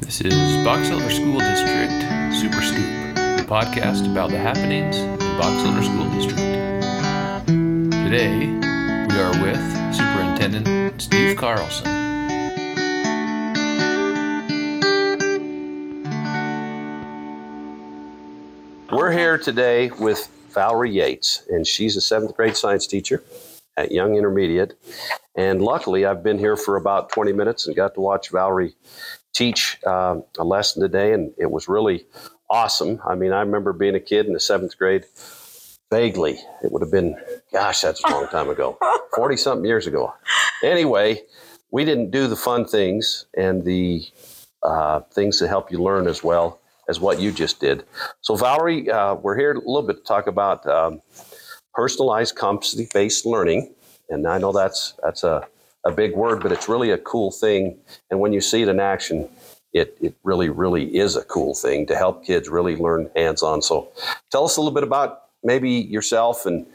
This is Box Elder School District Super Scoop, the podcast about the happenings in Box Elder School District. Today, we are with Superintendent Steve Carlson. We're here today with Valerie Yates, and she's a seventh grade science teacher at Young Intermediate. And luckily, I've been here for about 20 minutes and got to watch Valerie teach um, a lesson today, and it was really awesome. I mean, I remember being a kid in the seventh grade vaguely. It would have been, gosh, that's a long time ago, 40 something years ago. Anyway, we didn't do the fun things and the uh, things that help you learn as well as what you just did. So, Valerie, uh, we're here a little bit to talk about um, personalized competency-based learning, and I know that's that's a a big word, but it's really a cool thing. And when you see it in action, it it really really is a cool thing to help kids really learn hands-on. So, tell us a little bit about maybe yourself and.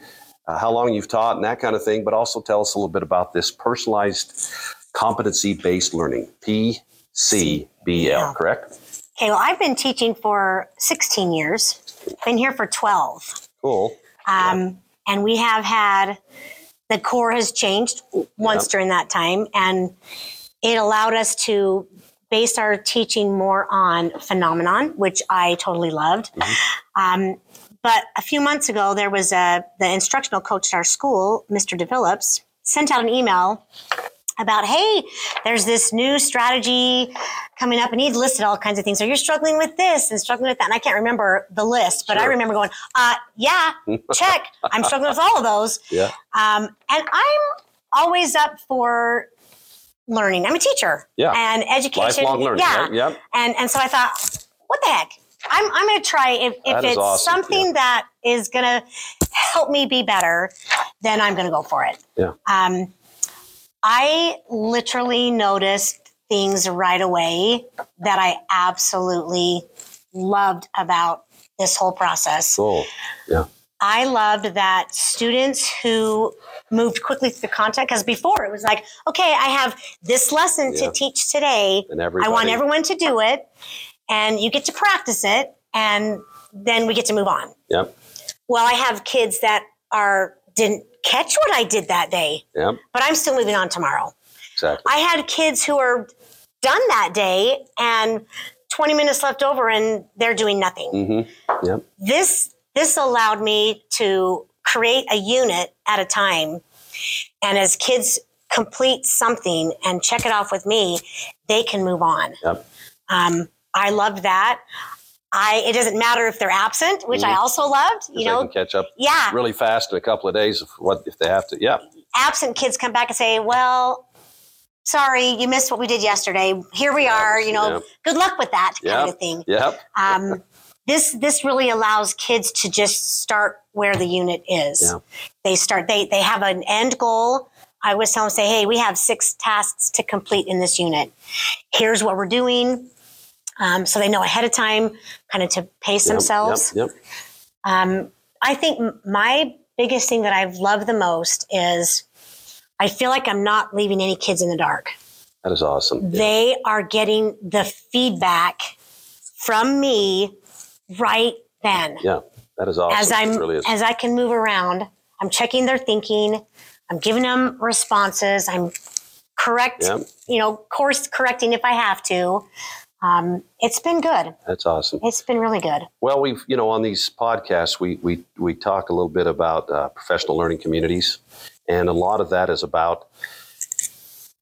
Uh, how long you've taught and that kind of thing, but also tell us a little bit about this personalized competency based learning, PCBL, correct? Okay, well, I've been teaching for 16 years, been here for 12. Cool. Um, And we have had the core has changed w- once Yep. during that time, and it allowed us to base our teaching more on phenomenon, which I totally loved. Mm-hmm. Um, but a few months ago, there was a the instructional coach at our school, Mr. DeVillips, sent out an email about hey there's this new strategy coming up and he listed all kinds of things so you're struggling with this and struggling with that and i can't remember the list but i Sure. remember going uh yeah check i'm struggling with all of those Yeah. um, and i'm always up for learning i'm a teacher Yeah. and education Lifelong learning. yeah Right? Yep. and and so I thought, what the heck? I'm I'm gonna try if, if That is it's awesome, something yeah. that is gonna help me be better, then I'm gonna go for it. Yeah. Um, I literally noticed things right away that I absolutely loved about this whole process. Cool. I loved that students who moved quickly through the content because before it was like, okay, I have this lesson Yeah. to teach today. And everybody. I want everyone to do it, and you get to practice it, and then we get to move on. Yep. Well, I have kids that are didn't catch what I did that day, Yep. but I'm still moving on tomorrow. Exactly. I had kids who are done that day and 20 minutes left over, and they're doing nothing Mm-hmm. this this allowed me to create a unit at a time and as kids complete something and check it off with me they can move on Yep. um, i loved that i it doesn't matter if they're absent which i Mhm. also loved you Because they know can catch up yeah really fast in a couple of days if what if they have to. Yeah. absent kids come back and say well sorry you missed what we did yesterday here we are you know Yeah. good luck with that kind Yeah. of thing Yep. um, this this really allows kids to just start where the unit is. Yeah. They start they they have an end goal. I always tell them say, hey, we have six tasks to complete in this unit. Here's what we're doing. Um, so they know ahead of time, kind of to pace Yep, themselves. Yep. yep. Um, I think m- my biggest thing that I've loved the most is I feel like I'm not leaving any kids in the dark That is awesome. Yeah. they are getting the feedback from me right then Yeah. That is awesome. as i'm it really is. as i can move around i'm checking their thinking i'm giving them responses i'm correct Yeah. you know course correcting if i have to um, it's been good That's awesome. it's been really good Well, we've you know on these podcasts we we we talk a little bit about uh, professional learning communities, and a lot of that is about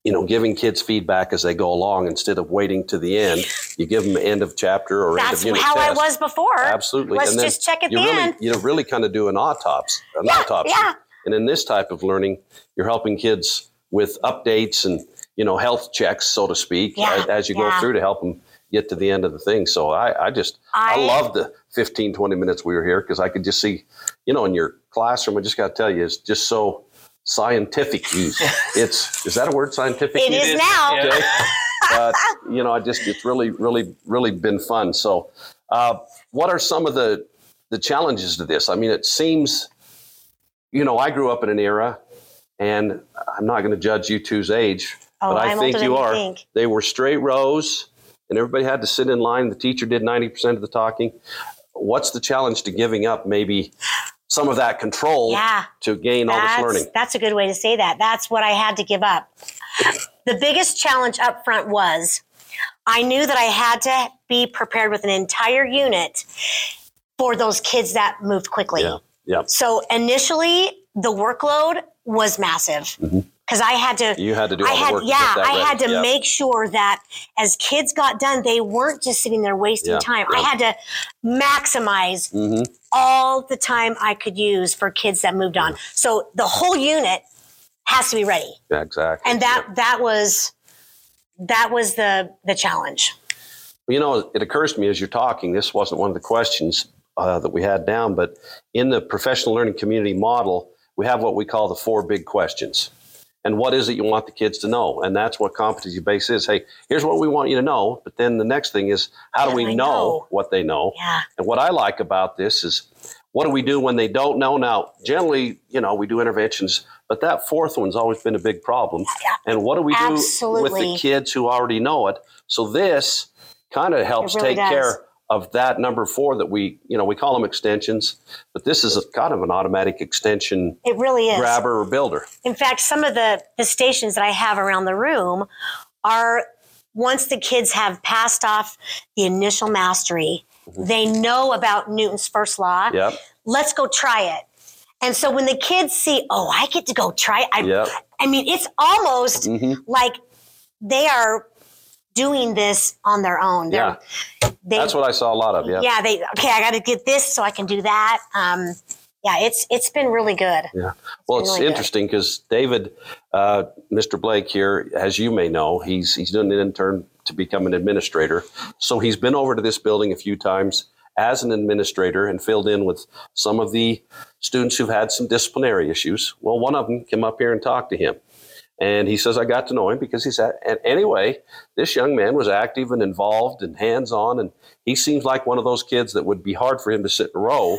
you know giving kids feedback as they go along instead of waiting to the end. You give them end of chapter or end that's of unit how i test. was before Absolutely. let's and then just check at you the really, end You really kind of do an autopsy. An autopsy. yeah. And in this type of learning, you're helping kids with updates and you know health checks, so to speak, Yeah, as, as you yeah. go through to help them get to the end of the thing. So I, I just I, I- love the 15, 20 minutes we were here because I could just see, you know, in your classroom. I just got to tell you, it's just so scientific. You- it's is that a word? Scientific. It You- is now. okay? but you know, I just it's really, really, really been fun. So, uh, what are some of the the challenges to this? I mean, it seems, you know, I grew up in an era, and I'm not going to judge you two's age, oh but I am think older you than are. you think They were straight rows. and everybody had to sit in line. The teacher did 90% of the talking. What's the challenge to giving up maybe some of that control Yeah. to gain that's, all this learning? That's a good way to say that. That's what I had to give up. The biggest challenge up front was I knew that I had to be prepared with an entire unit for those kids that moved quickly. Yeah. Yep. So initially, the workload was massive Mm-hmm. because I had to. You had to do all I the had, work. to yeah, get that I ready. had to Yep. make sure that as kids got done, they weren't just sitting there wasting Yeah, time. I yeah. had to maximize Mhm. all the time I could use for kids that moved on. So the whole unit has to be ready, Yeah, Exactly. and that that was that was the the challenge. You know, it occurs to me as you're talking, this wasn't one of the questions uh, that we had down, but in the professional learning community model, we have what we call the four big questions. And what is it you want the kids to know? And that's what competency base is. Hey, here's what we want you to know. But then the next thing is, how do How we do I know, know? what they know? Yeah, And what I like about this is, what do we do when they don't know? Now, generally, you know, we do interventions, but that fourth one's always been a big problem. Yeah. And what do we do with Absolutely. the kids who already know it? So this kind of helps really take does. care of that number four that we, you know, we call them extensions, but this is a, kind of an automatic extension it really is. grabber or builder. In fact, some of the the stations that I have around the room are once the kids have passed off the initial mastery, they know about Newton's first law. Mm-hmm. Yep. Let's go try it. And so when the kids see, oh, I get to go try it, I, Yep. I mean, it's almost Mhm. like they are doing this on their own. Yeah. They're- They, That's what I saw a lot of. Yeah. yeah, they okay, I got to get this so I can do that. Um, yeah, it's it's been really good. Yeah. Well, been it's really good. interesting because David, uh, Mr. Blake here, as you may know, he's he's doing an intern to become an administrator. So he's been over to this building a few times as an administrator and filled in with some of the students who've had some disciplinary issues. Well, one of them came up here and talked to him. And he says, I got to know him because he's at, and anyway, this young man was active and involved and hands on. And he seems like one of those kids that would be hard for him to sit in a row.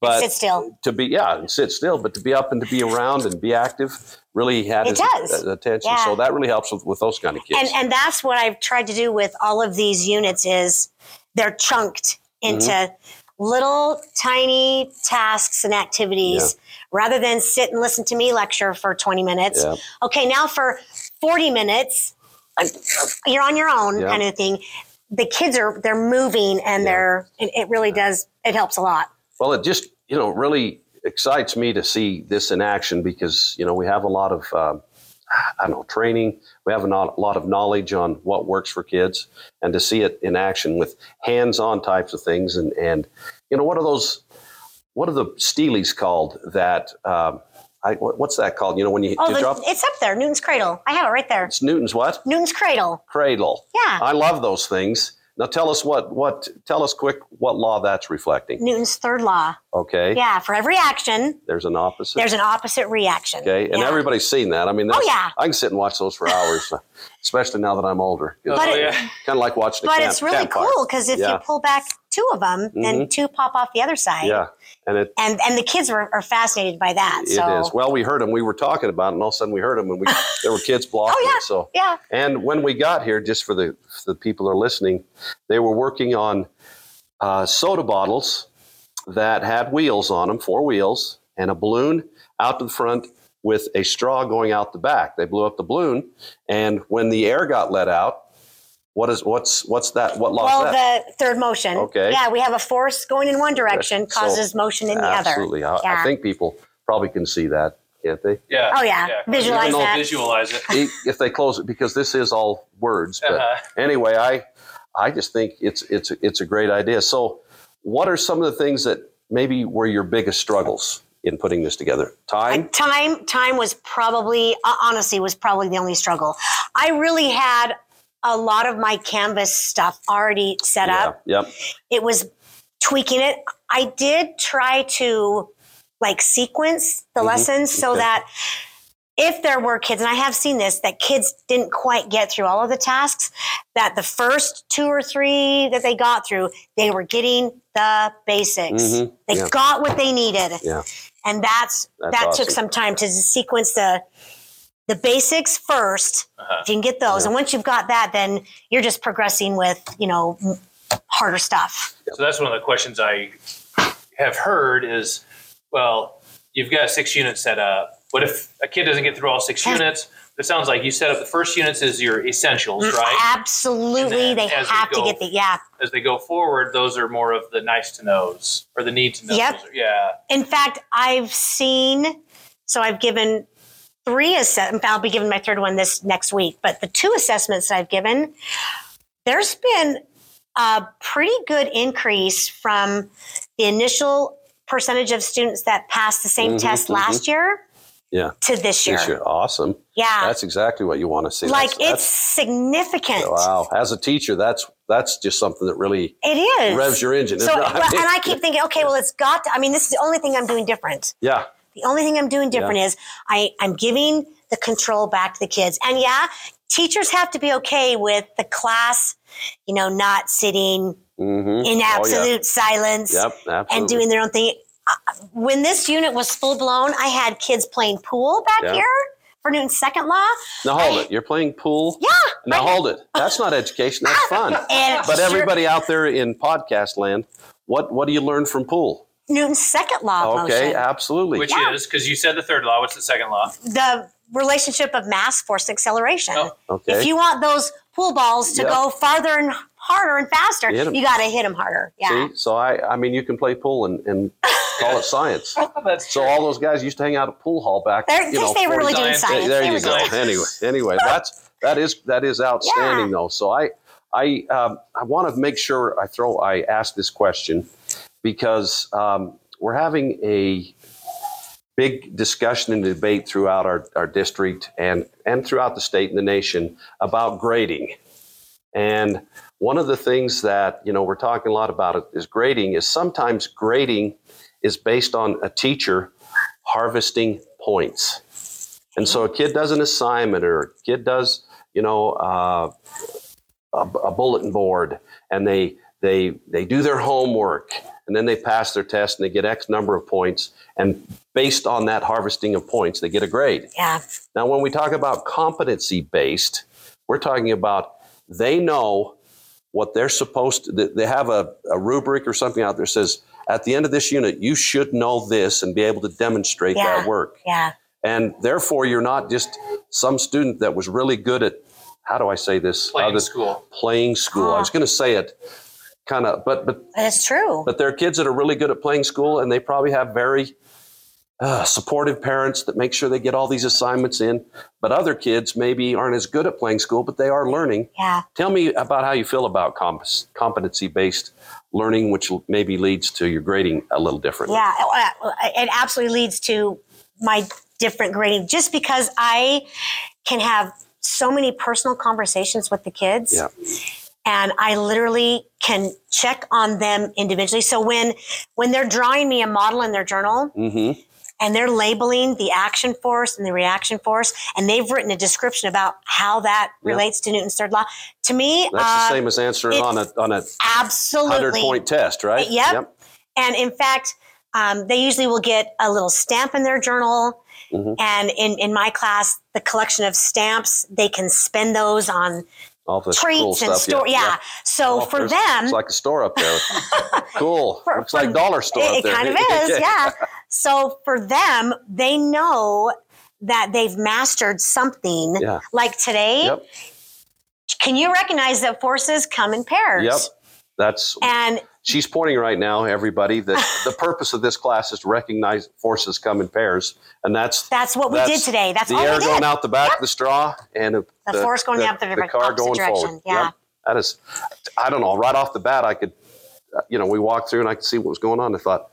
But Sit still. to be yeah and sit still but to be up and to be around and be active really had It his does. uh, attention Yeah. so that really helps with, with those kind of kids And and that's what I've tried to do with all of these units is they're chunked into Mm-hmm. little tiny tasks and activities rather than sit and listen to me lecture for 20 minutes. Yeah. Okay, now for 40 minutes you're on your own Yeah. kind of thing. The kids are they're moving and Yeah. they're it, it really does it helps a lot. well it just you know really excites me to see this in action because you know we have a lot of um, i don't know training we have a no- lot of knowledge on what works for kids and to see it in action with hands-on types of things and and you know what are those what are the steelies called that um, I, what- what's that called you know when you, Oh, you the, drop it's up there, Newton's Cradle. I have it right there. it's newton's what Newton's Cradle. cradle Yeah. I love those things. Now tell us what what tell us quick what law that's reflecting. Newton's third law. Okay. Yeah, for every action, There's an opposite. there's an opposite reaction. okay. And Yeah. Oh, everybody's seen that. I mean, that's, yeah. I can sit and watch those for hours, especially now that I'm older. It's But oh, it- yeah. kind of like watching a But camp- it's really campfire. cool because if Yeah. Mm-hmm. you pull back two of them, then two pop off the other side. Yeah. And it And and the kids were, are fascinated by that. it is. so Well, we heard them. We were talking about it, and all of a sudden we heard them, and we there were kids blocking. Oh, yeah. it, so yeah, And when we got here, just for the for the people who are listening, they were working on uh, soda bottles that had wheels on them, four wheels, and a balloon out to the front with a straw going out the back. They blew up the balloon, and when the air got let out, what is what's what's that? What lost well, that? the third motion. Okay. Yeah, we have a force going in one direction So- causes motion in the Absolutely, other. I, I Yeah. think people probably can see that, can't they? Yeah. Oh, yeah. Visualize Even though that. Visualize it. E- if they close it, because this is all words, but. Uh-huh. anyway, I I just think it's it's it's a great idea. So, what are some of the things that maybe were your biggest struggles in putting this together? Time. Uh, time time was probably uh, honestly was probably the only struggle. I really had a lot of my canvas stuff already set up. Yeah. Yep. it was tweaking it. I did try to like sequence the lessons so Mm-hmm. Okay. that if there were kids, and I have seen this, that kids didn't quite get through all of the tasks, that the first two or three that they got through, they were getting the basics. Mhm. They Yeah. got what they needed. Yeah. And that's, That's that awesome. took some time to sequence the the basics 1st If you can get those, and once you've got that, then you're just progressing with you know m- harder stuff. So that's one of the questions I have heard is, well, you've got six units set up. What if a kid doesn't get through all six Yeah. units? It sounds like you set up the first units as your essentials, right? Absolutely, And then they as we have to go- get the yeah. As they go forward, those are more of the nice to knows or the need to know. Yep. Yeah. In fact, I've seen, so I've given three assessments. I'll be giving my third one this next week, but the two assessments that I've given, there's been a pretty good increase from the initial percentage of students that passed the same Mhm, test mhm. last year Yeah. to this year. This year. Awesome. Yeah. That's exactly what you want to see. Ah. like That's- it's significant. that's- wow. As a teacher, that's that's just something that really It is. revs your engine. so, isn't it? well, I mean, and I keep thinking, okay, well, it's got to, I mean, this is the only thing I'm doing different. yeah, The only thing I'm doing different is I, I'm giving the control back to the kids. And yeah, teachers have to be okay with the class, you know, not sitting mm-hmm. in yeah. absolute silence yep, absolutely. and doing their own thing. Uh, When this unit was full blown, I had kids playing pool back Yeah. here for Newton's second law. Now hold it. You're playing pool. Yeah. Now hold it. That's not education. That's fun. And But sure- everybody out there in podcast land, what what do you learn from pool? Newton's second law of Okay, uh motion, absolutely. Which is because you said the third law. What's the second law? the relationship of mass, force, and acceleration. Oh, okay. If you want those pool balls to Yep. go farther and harder and faster, Hit 'em. you got to hit them harder. Yeah. See, so I I mean you can play pool and, and call it science. That's So all those guys used to hang out at pool hall back. They're, you know, they were 40 really doing science. science. Hey, there They you were go. doing- science. Anyway, anyway, that's that is that is outstanding Yeah. though. So I I um, I want to make sure I throw I ask this question because um, we're having a big discussion and debate throughout our, our district and and throughout the state and the nation about grading. And one of the things that you know we're talking a lot about it is grading is sometimes grading is based on a teacher harvesting points. And so a kid does an assignment or a kid does, you know, uh, a, a bulletin board and they, they, they do their homework and then they pass their test and they get X number of points. And based on that harvesting of points, they get a grade. Yeah. Now, when we talk about competency based, we're talking about they know what they're supposed to, they- they have a, a rubric or something out there that says, at the end of this unit, you should know this and be able to demonstrate Yeah. that work. Yeah. And therefore, you're not just some student that was really good at, how do I say this? playing Other- school. Playing school. I was going to say it kind of, but, but, That's true. but there are kids that are really good at playing school and they probably have very uh, supportive parents that make sure they get all these assignments in. But other kids maybe aren't as good at playing school, but they are learning. yeah. Tell me about how you feel about competency based learning, which l- maybe leads to your grading a little differently. Yeah. uh, It absolutely leads to my different grading just because I can have so many personal conversations with the kids. Yeah. and I literally can check on them individually. So when when they're drawing me a model in their journal Mm-hmm. and they're labeling the action force and the reaction force, and they've written a description about how that Yeah. relates to Newton's third law, to me, That's the uh, same as answering on a, on a hundred absolutely. point test, right? Yep. And in fact, um, they usually will get a little stamp in their journal. Mhm. And in, in my class, the collection of stamps, they can spend those on All the treats cool and stuff. store. Yeah. So Oh, for there's- them, it's like a store up there. cool. For- Looks for- like dollar store. up It, it there. kind of is, yeah. So for them, they know that they've mastered something. Yeah. Like today, Yep. can you recognize that forces come in pairs? Yep. That's And she's pointing right now, everybody, that the purpose of this class is to recognize forces come in pairs, and that's. that's what we That's did today. That's the all air we going did. out the back of the straw and the, The force going out the direct car opposite going direction, forward. yeah. Yep. That is, I don't know. Right off the bat, I could, uh, you know, we walked through and I could see what was going on. I thought,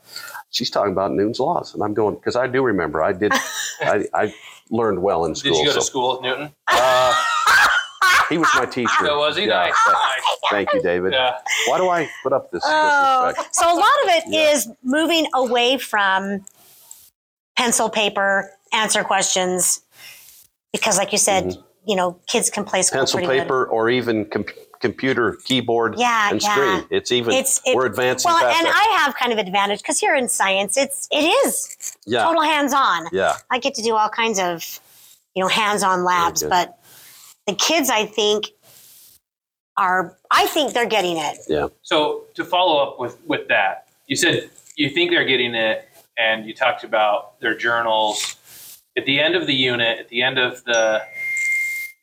she's talking about Noon's laws, and I'm going because I do remember. I did, I, I learned well in school. Did you go so- to school at Newton? Uh, he was my teacher. No, was he? Yeah, Nice. th- Nice. Thank you, David. Yeah. Why do I put up this Oh, disrespect? so a lot of it is Yeah. moving away from pencil, paper, answer questions, because, like you said, you know, kids can play school Mm-hmm. Pencil, pretty good. paper, or even com- computer, keyboard, Yeah, and yeah. screen. It's even. It's- it- we're advancing Well, past and that. I have kind of advantage because here in science, it's it is yeah, total hands on. yeah. I get to do all kinds of, you know, hands-on labs. good. But the kids, I think, are I think they're getting it. Yeah. So to follow up with with that, you said you think they're getting it, and you talked about their journals. At the end of the unit, at the end of the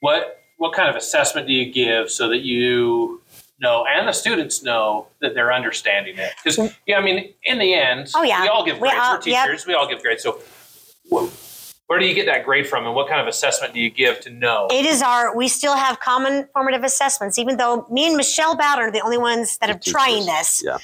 what what kind of assessment do you give so that you know and the students know that they're understanding it? Because yeah, I mean, in the end, Oh, yeah. we all give We grades. all- We're yep. teachers. We all give grades. So. wh- Where do you get that grade from, and what kind of assessment do you give to know? It is our. We still have common formative assessments, even though me and Michelle Bowder are the only ones that are Teachers. trying this. Yeah.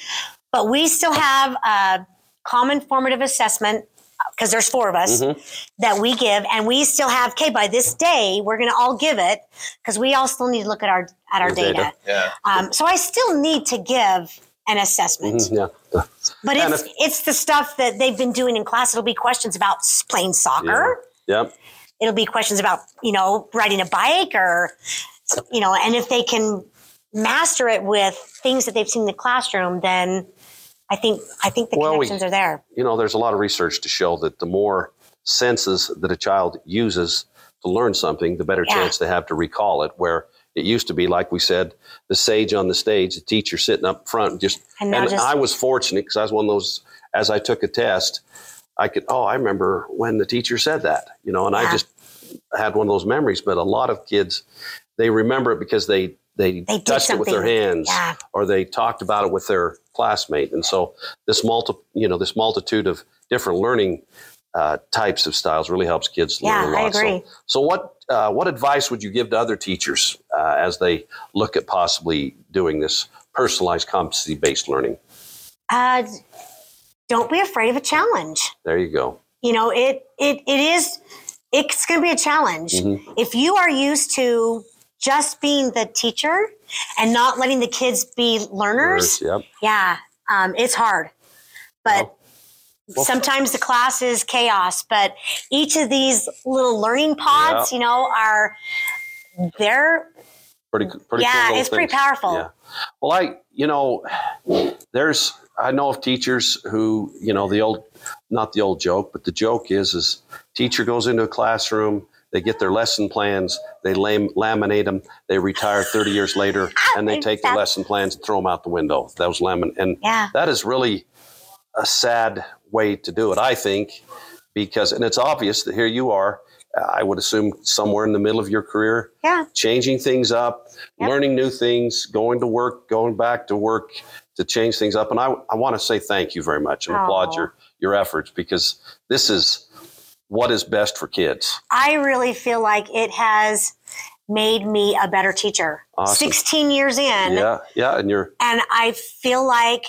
But we still have a common formative assessment because there's four of us Mm-hmm. that we give, and we still have. Okay, by this day, we're going to all give it because we all still need to look at our at our The data. data. yeah. Um, so I still need to give an assessment, Mhm, Yeah. but And it's it's the stuff that they've been doing in class. It'll be questions about s- playing soccer Yep. it'll be questions about you know riding a bike or you know and if they can master it with things that they've seen in the classroom then i think i think the Well, we- connections are there You know, there's a lot of research to show that the more senses that a child uses to learn something, the better Yeah. chance they have to recall it. Where it used to be, like we said, the sage on the stage, the teacher sitting up front, just And and, now just- I was fortunate because I was one of those. As I took a test, I could oh I remember when the teacher said that, you know, and Yeah. I just had one of those memories. But a lot of kids, they remember it because they they, They did touched it with their something. hands Yeah. or they talked about it with their classmate. And so this multi you know this multitude of different learning uh, types of styles really helps kids Yeah, learn a I lot. agree. So, so what uh, what advice would you give to other teachers uh, as they look at possibly doing this personalized competency based learning? uh, don't be afraid of a challenge There you go. you know it it, it is it's going to be a challenge Mm-hmm. if you are used to just being the teacher and not letting the kids be learners Yep. yeah um, it's hard but Well, well- sometimes the class is chaos but each of these little learning pods Yeah. you know are they're Pretty, pretty cool yeah little it's pretty things. powerful Yeah. Well, I, you know, there's, I know of teachers who, you know, the old, not the old joke, but the joke is, is teacher goes into a classroom, they get their lesson plans, they lam- laminate them, they retire 30 years later, and they take the Exactly. lesson plans and throw them out the window. That was lamin, and Yeah. that is really a sad way to do it, I think, because, and it's obvious that here you are, I would assume somewhere in the middle of your career, yeah changing things up, Yep. learning new things, going to work, going back to work to change things up. And I, I want to say thank you very much and Aw. applaud your, your efforts because this is what is best for kids. i really feel like it has made me a better teacher Awesome. 16 years in yeah, yeah. And you're, and i feel like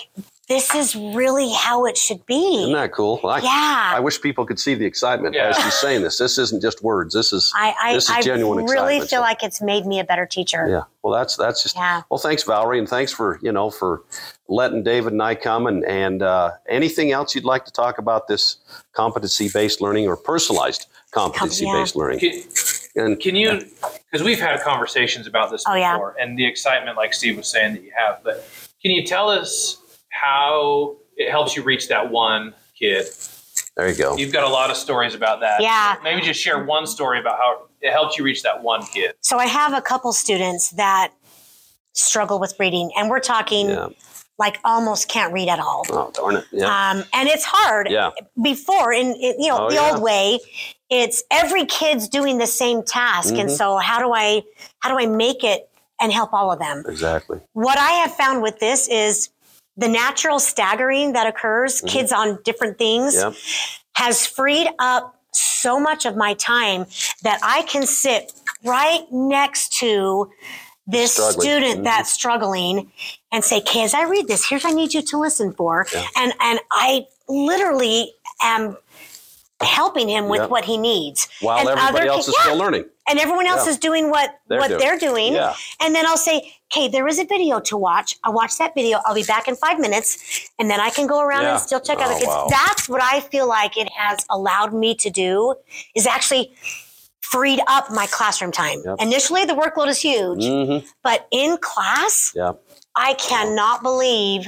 this is really how it should isn't be that cool? I, yeah I wish people could see the excitement Yeah. as she's saying this. This isn't just words. This is, i i, this is I genuine really excitement. feel like it's made me a better teacher yeah. Well, that's, that's just, Yeah. well, thanks Valerie. And thanks for, you know, for letting David and I come and, and uh, anything else you'd like to talk about this competency-based learning or personalized competency-based learning. Can- And Can you, because we've had conversations about this Oh, yeah. before and the excitement, like Steve was saying, that you have, but can you tell us how it helps you reach that one kid? there you go. You've got a lot of stories about that. Yeah. Maybe just share one story about how it helped you reach that one kid. So I have a couple students that struggle with reading, and we're talking Yeah. like almost can't read at all. Oh darn it. Yeah. Um, and it's hard. yeah. Before, in, in you know Oh, the yeah. old way, it's every kid's doing the same task, Mm-hmm. and so how do I how do I make it and help all of them? Exactly. What I have found with this is the natural staggering that occurs. Mm-hmm. Kids on different things Yep. has freed up so much of my time that I can sit right next to this Struggling. student Mhm. that's struggling and say, "Okay, as I read this, here's what I need you to listen for," and and I literally am helping him with Yep. what he needs While and everybody ki- else is yeah, still learning. and everyone else Yeah. is doing what They're what doing. they're doing Yeah. and then i'll say okay there is a video to watch i'll watch that video i'll be back in five minutes and then i can go around Yeah. and still check other Oh, kids wow. that's what i feel like it has allowed me to do is actually freed up my classroom time Yep. initially the workload is huge Mm-hmm. but in class Yeah. i cannot believe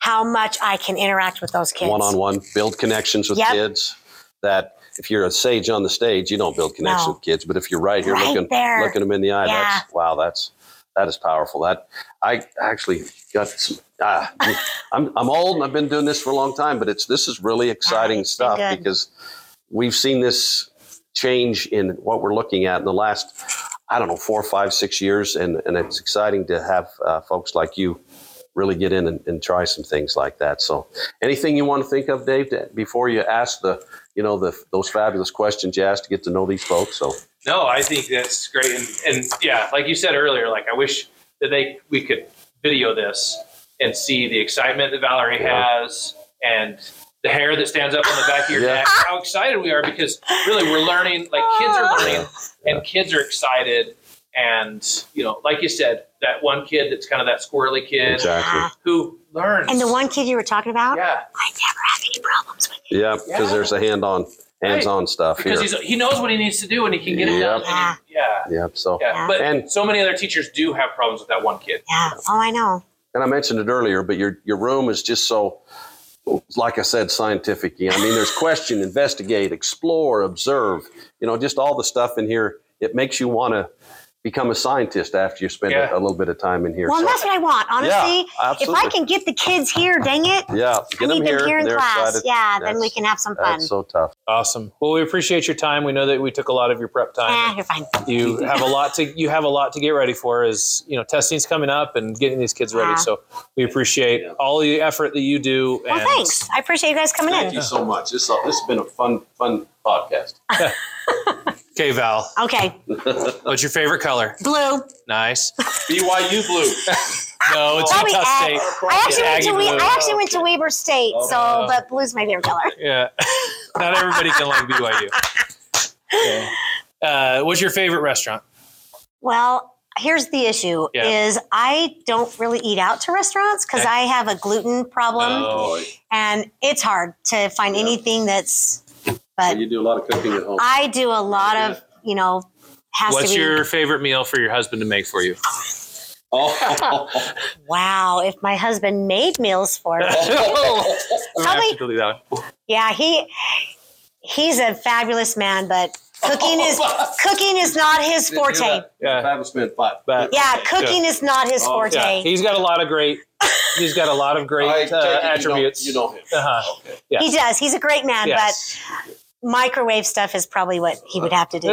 how much i can interact with those kids One on one, build connections with Yep. kids that if you're a sage on the stage, you don't build connections No. with kids. But if you're right here Right looking there. looking them in the eye, Yeah. that's wow, that's that is powerful. That I actually got. Some, ah, I'm I'm old and I've been doing this for a long time, but it's this is really exciting it's been stuff good. because we've seen this change in what we're looking at in the last I don't know four, five, six years, and and it's exciting to have uh, folks like you really get in and, and try some things like that. So, anything you want to think of, Dave, to, before you ask the you know the those fabulous questions you asked to get to know these folks. So, No, I think that's great, and, and yeah, like you said earlier, like I wish that they we could video this and see the excitement that Valerie Yeah. has and the hair that stands up on the back of your Yeah. neck. How excited we are because really we're learning, like kids are learning, and kids are excited, and you know, like you said, that one kid that's kind of that squirrely kid exactly, who learns, Ah, And the one kid you were talking about, yeah, I never have any problems with it. yeah, because Yeah. there's a hand on hands on stuff because here. he's, he knows what he needs to do and he can get it Yep. done. and he- yeah, Yep. So, yeah, but And- so many other teachers do have problems with that one kid. Yeah. Oh, I know. and I mentioned it earlier, but your your room is just so, like I said, scientific. I mean, there's question, investigate, explore, observe. You know, just all the stuff in here. It makes you want to become a scientist after you spend Yeah. a, a little bit of time in here. Well, So- and that's what I want, honestly. if absolutely. I can get the kids here, dang it, yeah, get I need them here. them here in They're class. excited. Yeah, then That's- we can have some fun. That's so tough. Awesome. Well, we appreciate your time. We know that we took a lot of your prep Ah, time. you're fine. You have a lot to you have a lot to get ready for. Is you know testing's coming up and getting these kids ready. Yeah. So we appreciate all the effort that you do. Well, and thanks. I appreciate you guys coming in. so much. This uh, this has been a fun fun podcast. Okay, Val. Okay, What's your favorite color? blue. Nice. BYU blue. No, it's Probably Utah ag. State. I actually went to Aggie we- blue. Oh, I actually went to Weber State, so but blue's my favorite color. Yeah. Not everybody can like BYU. Yeah. Uh, what's your favorite restaurant? Well, here's the issue: Yeah. is I don't really eat out to restaurants because Okay. I have a gluten problem, Oh, and it's hard to find anything that's. But you do a lot of cooking at home. I do a lot of you know has what's to be your favorite meal for your husband to make for you? Oh, wow. If my husband made meals for me, I'm gonna have Probably- to delete that one. yeah, he he's a fabulous man, but cooking Oh, is cooking is not his forte. Yeah. Fabulous man five. But Yeah, cooking is not his Oh, forte. yeah, he's got a lot of great. He's got a lot of great I uh, take it you don't- attributes. You know him. Uh-huh. yeah. He does. He's a great man, Yes. but microwave stuff is probably what he would have to do.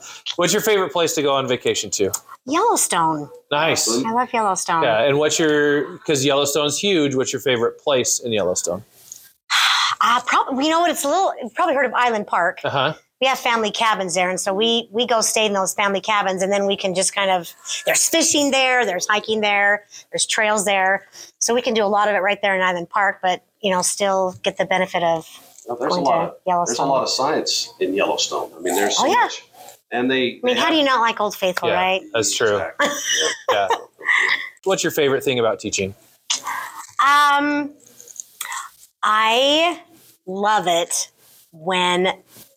What's your favorite place to go on vacation to? Yellowstone. Nice. Awesome. I love Yellowstone. Yeah, and what's your because Yellowstone's huge? What's your favorite place in Yellowstone? Uh, probably, you know what? It's a little. You've probably heard of Island Park. Uh huh. We have family cabins there, and so we we go stay in those family cabins, and then we can just kind of. There's fishing there. There's hiking there. There's trails there, so we can do a lot of it right there in Island Park. But you know, still get the benefit of Now, there's a going lot. to Of, there's a Yellowstone. lot of science in Yellowstone. I mean, there's so Oh, yeah. much. And they. I mean, how do you not like Old Faithful, Yeah. right? That's true. Exactly. Yeah. Yeah. What's your favorite thing about teaching? Um, I love it when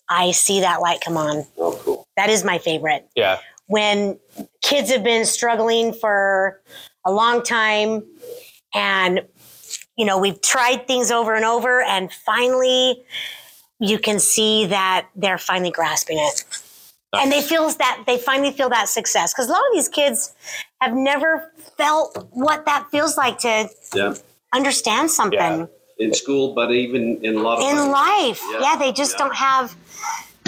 I see that light come on. Oh, cool. That is my favorite. Yeah. When kids have been struggling for a long time and you know, we've tried things over and over and finally you can see that they're finally grasping it. And they feel that they finally feel that success cuz a lot of these kids have never felt what that feels like to Yeah. understand something Yeah. In school, but even in a lot of. in life. Yeah. Yeah, they just Yeah. don't have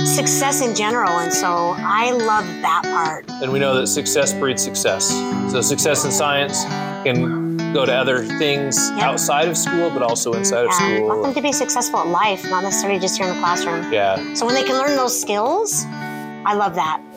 success in general. And so I love that part. And we know that success breeds success. So success in science can go to other things Yeah. outside of school, but also inside of And want them school. to be successful at life, not necessarily just here in the classroom. Yeah. So when they can learn those skills, I love that.